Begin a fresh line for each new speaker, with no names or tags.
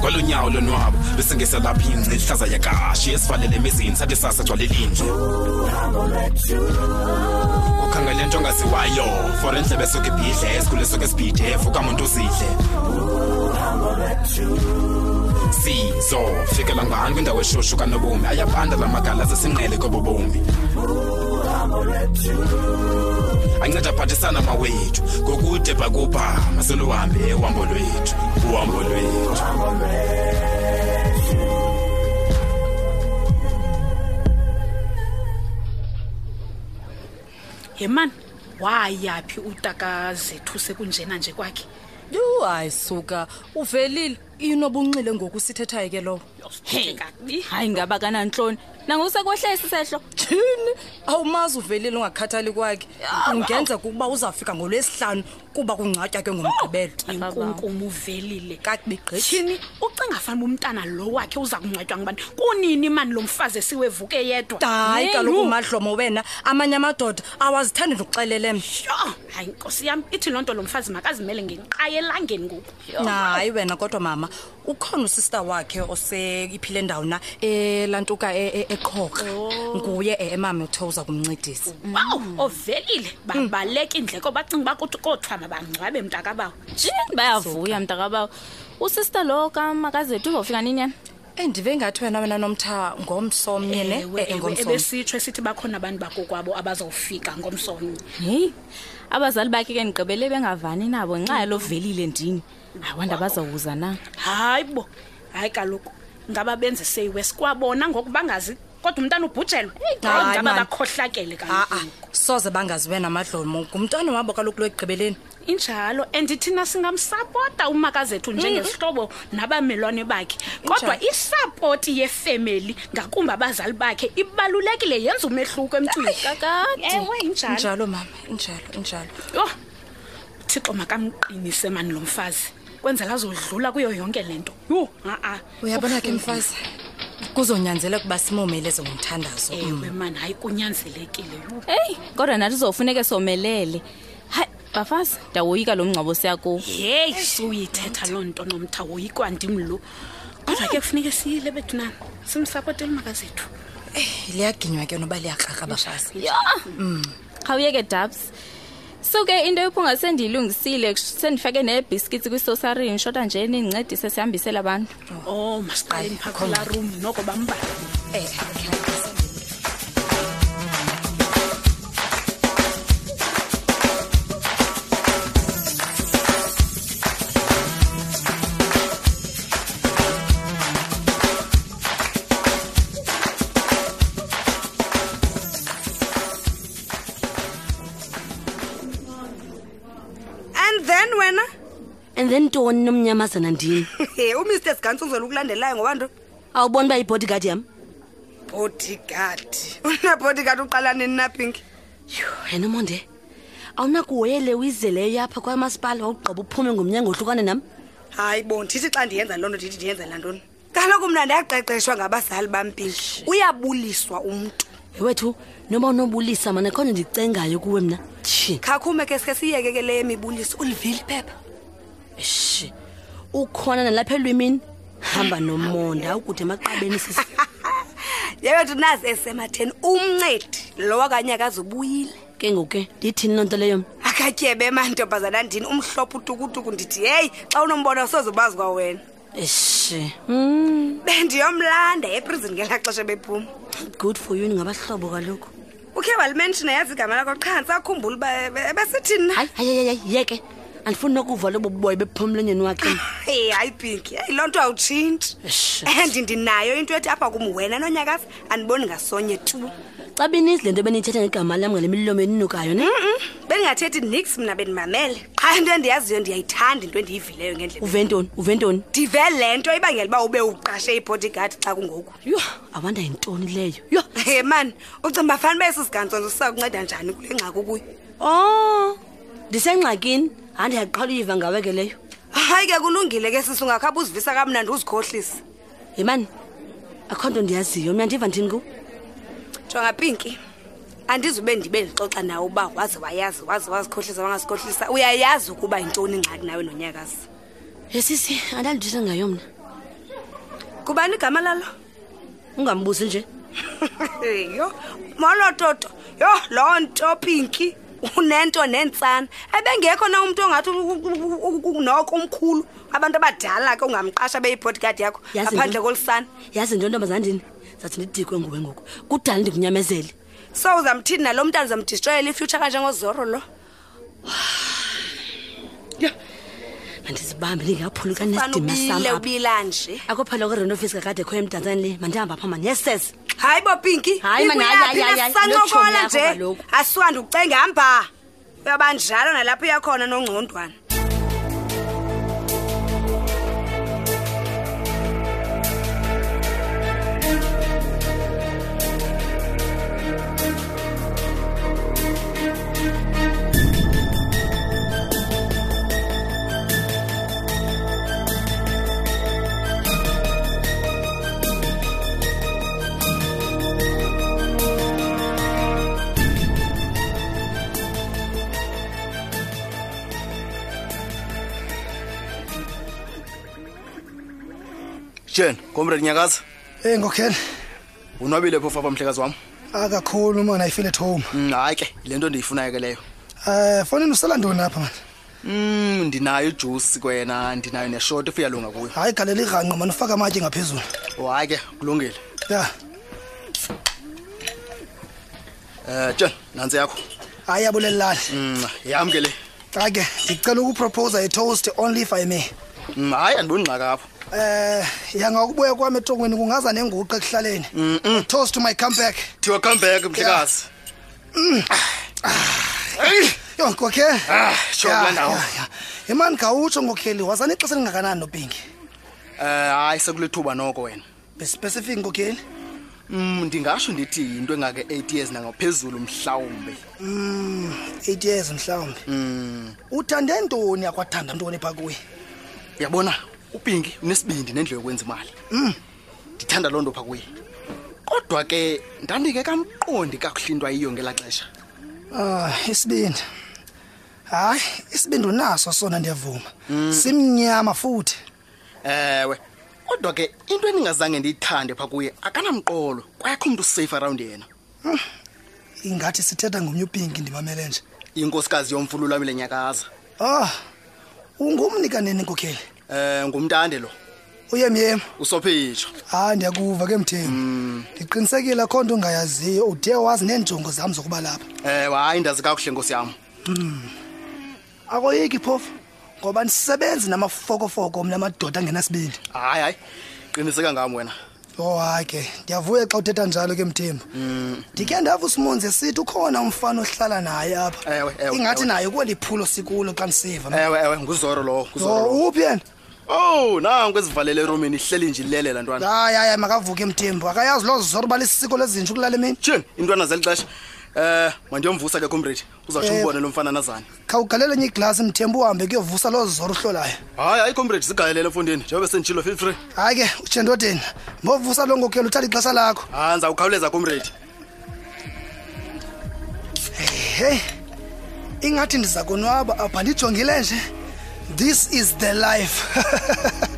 kwalonyawo lonwabo bese ngeselapha ingci ihlaza yakashi esivalele emizini sathi sasa gcwalelinje ukhangele nto ongaziwayo for endlebe esuke ibhidle esikhule esuke esibhidef ukamuntu uzidle sizo fikela ngani kwindawo eshushu kanobomi ayabanda la magala zesinqele kobobomi anceda aphathisana mawethu ngokude bhakubha maseluhambe uhambo lwethu uhambo lwethu
ye mani wayaphi utakazethu sekunjena nje kwakhe
yhu hayi suka uvelile inobunxile ngoku sithethayo ke lowo
Hey, kakubi.
hayi ngaba kanantloni nangokusekwehle esi sehlo
thini awumazi uvelile ungakhathali kwakhe kungenzeka ukuba uzawufika ngolwesihlanu kuba kungcwatywa ke ngomgqibelo
inkunkuma uvelile
kakubigqithi
tshini ucinga fana uba umntana lo wakhe uza kungcwatywa ngubani kunini mani lo mfazi esiwevuke yedwa
hayi
Hey,
kaloku
hu.
umadlomo wena amanye amadoda awazithandi nokuxelele mna
Yho, hayi nkosi yam ithi loo nto lo mfazi makazimele ngenqaye elangeni ngoku
hayi wena kodwa mama ukhona usista wakhe oseiphile ndawo na elantuka e- e- eqhokra
Oh.
nguye e, emama uthe uza kumncedisa
waw ovelile babaleka indleko bacinga uba kuthi kothwa mabangcwabe mntakabawo
jini bayavuya mntakabawo usista lo kamakazethu uzawufika nini yena
endive ngathi wena wena nomtha ngomsomnye ne
e-
Ewe,
Eh, eh,
ewe,
ngomsomnye.
ebesitsho esithi bakhona abantu bakokwabo abazawufika ngomsonye
heyi abazali bakhe ke ndigqibele bengavani nabo nxa yalo velile ndini awanda bazawuza na
hayi bo hayi kaloku ngaba benze seyiwesi kwabona ngoku bangazi kodwa umntana ubhujelwe
hayi,
ngaba
mani. Ah,
bakhohlakele
ha-a
kaloku
soze bangazi wena madlomo ngumntwana wabo kaloku lwekugqibeleni
injalo and thina singamsapota umakazethu njengesihlobo nabamelwane bakhe kodwa
Mm. Injalo.
isapoti yefemeli ngakumbi abazali bakhe ibalulekile yenza umehluko emntwini
kakade
ewe injalo
injalo mama injalo injalo
yho thixo makamqinise mani lo mfazi kwenzela azodlula kuyo yonke le nto yho a-a
uyabona ke mfazi kuzonyanzeleka ukuba simomeleze ngomthandazo
ewe mani hayi kunyanzelekile yho
eyi kodwa nathi uzawufuneke somelele hayi bafazi ndawoyika lo mngcwabo siyakuwo
yeyi suyithetha loo nto nomtha woyikwandimlo kodwa ke kufuneka siyile bethu na simsapotele umakazethu
liyaginywa ke noba liyakraka bafazi
ya khawuyeke dabs so ke into yophunga sendiyilungisile sendifake neebhiskitsi kwisosarini shota nje nindincedise sihambisele abantu
o masiqaleni
Hayi,
phaa
akho
kulaa
ngxaki.
room noko bambala
Eh,
and then wena
and then ntoni nomnyamazana ndini
umr sigantsunzela ukulandelayo ngoba nto
awuboni uba ibodyguard yam
bodyguard unabodyguard uqala nini napinki
wena umonde awunakuhoyele uyizeleyo yapha kwamasipala wawugqiba uphume ngomnyango ohlukane nam
hayi bo ndithi xa ndiyenza loo nto ndithi ndiyenzela ntoni kaloku mna ndaqeqeshwa ngabazali bam pinki uyabuliswa umntu
wethu noba unobulisa mana khona ndicengayo kuwe mna tshi
khakhume ke sike siyeke ke leyo mibuliso ulivile iphepha
shi ukhona nalapha elwimini hamba nomonda awukude emaqabeni sisi
yewethu nazi esematheni umncedi lo wakanyaka azubuyile
ke ngoku ke ndiyithini loo nto leyo mna
akatyebe mantombazana ndini umhlophe utukutuku ndithi heyi xa unombono soze ubazi kwawena
eshi
bendiyomlanda eprizini ngelaa xesha bephuma
good for you ngabahlobo kaloku
ukhe walimentshina yazi igama lakho qha ndisakhumbula uba ebe- ebesithini na
hayi hayi hayi yeke andifuni nokuva lobo buboya bephumlonyeni wakhe
Hey, Ah, eh, hayi pinki eyi loo nto awutshintshi
Eish.
and ndinayo into ethi apha kum wena nonyakasi andiboni ngasonye tu
xa benizi le nto beniyithetha ngegama lam ngale milomo eninukayo ne
bendingathethi nix mna bendimamele qha into endiyaziyo ndiyayithanda into endiyivileyo ngendlela
uventoni uventoni
ndive le nto ibangela uba ube uqashe ibodyguard xa kungoku
yho awanda yintoni leyo yho
he mani ucimba fanele uba esi sigantsonzo sisakunceda njani kule ngxaki kuyo
o oh, ndisengxakini hayi ndiyaqhala uyiva ngawe ke leyo
hayi ke kulungile ke sisi ungakhaba uzivisa kamnandi uzikhohlise
yimani akho nto ndiyaziyo mna ndiva ndini ku
jonga pinki andizube ndibe ndixoxa nawe uba waze wayazi waze wazikhohlisa wangazikhohlisa uyayazi ukuba yintoni ingxaki nawe nonyakazi
esisi andaliditha ngayo mna
kubani igama lalo
ungambuzi nje
yho molo toto yho loo nto pinki unento neentsana ebengekho na umntu ongathi u- u- u- u- noko umkhulu abantu abadala ke ungamqasha beyibodyguard yakho
Yazi
ngaphandle
nto-
kolusana
yazi nto ntombazandini zathi ndidikwe nguwe ngoku kudala ndikunyamezele
so uzamthini nalo mntana uzamdistroyela ifuture kanjengozoro lo
mandizibambe ndingaphuluka nesidima sam
fanubile
apha
ubila nje
akho phela kwerent office kakade khoyo emdantsane le mandihamba pha mani yesese
hayi bo pinki
Hayi, man, hayi, hayi, hayi, hayi,
sancokola
notshomi yakho
nje
kaloku.
asuka ndiucenge hamba uyabanjalo nalapho uyakhona nongcondwana
jen komred nyakaza
Hey ngokhele.
unwabile phofu apha mhlekazi wam
Akakhulu man I feel at home.
Mm, hayi ke le nto ndiyifunayo ke leyo
Eh fonini usela ndoni apha man?
Mm, ndinayo ijusi kwena ndinayo neshoti if uyalunga kuyo
Hayi galela irhanqo man ufaka amatye ngaphezulu.
Oh, hayi ke kulungile
Ya.
um jen nantsi yakho
Hayi abulelani.
Mm, yam ke le
Xa ke ndicela ukupropose a toast only if I may.
Mm, hayi andiboni ngxaka apho
Eh yanga ukubuya kwami etongweni kungaza nenguqu ekuhlaleni. Toast to my comeback. Mm.
thiwa comeback mhlekazi
Yo ngokhele.
Ah, sho kula ndawo um
Imani gawutsho ngokhele wazana ixesha elingakanani nopinki.
Eh, hayi sekulithuba noko wena
Be specific ngokhele.
Mm, ndingatsho ndithi yinto engake-eight years nangaphezulu mhlawumbi
8 years mhlawumbe. Uthande ntoni akwathanda ntoni pha kuye?
uyabona upinki unesibindi nendlela yokwenza imali Hmm, ndithanda loo nto phaa kuye kodwa ke ndandike kamqondi kakuhle into ayiyo ngelaa xesha
Ah, isibindi. Hayi, isibindi unaso sona ndiyavuma. Simnyama futhi.
ewe kodwa ke into endingazange ndiyithande phaa kuye akanamqolo kwakho umntu safe around yena
Ingathi sithetha ngomnye upinki ndimamele nje.
inkosikazi yomfululwamile nyakaza
Ah. Ungumnika nene inkokheli.
um ngumntande lo
Uyemyema.
usophitsho
Hayi ndiyakuva ke mthembu. Ndiqinisekile akho nto ungayaziyo ude wazi neenjongo zam zokuba lapha.
ewe Eh, hayi ndazi kakuhle nkosi yam
Akoyiki phofu. Ngoba ndisebenzi namafokofoko mna madoda angenasibindi.
hayi hayi qiniseka ngam wena
Oh hayi ke ndiyavuya xa uthetha njalo ke mthembu
Mm.
ndikhe ndava usimonzi esithi ukhona umfana ohlala naye apha
Ewe, ewe,
ingathi
ewe.
nayo kweli phulo sikulo xa ndisiva man.
ewe ewe nguzoro lowo nguzoro lowo
Oh, uphi yena
ow nanku ezivalele eromini ihleli nje ilelela ntwana
hayi hayi hayi, makavuke mthembu akayazi loo zoro uba lisisiko lezintsha kulala emini
tsheni intwana zeli xesha um mandiyomvusa ke comrade uzawutsho
Eh.
umbone lo mfana nazane
khawugalele enye iglasi mthembu uhambe kuyovusa loo zoro uhlolayo
hayi hayi comrade zigalelele efondeni njengoba senditshilo feel free
hayi ke utshentodeni mbovusa loo ngokhela uthatha ixesha lakho
hayi Ah, ndizawukhawuleza comrade
heyi ingathi ndiza konwaba apha ndijongile nje this is the life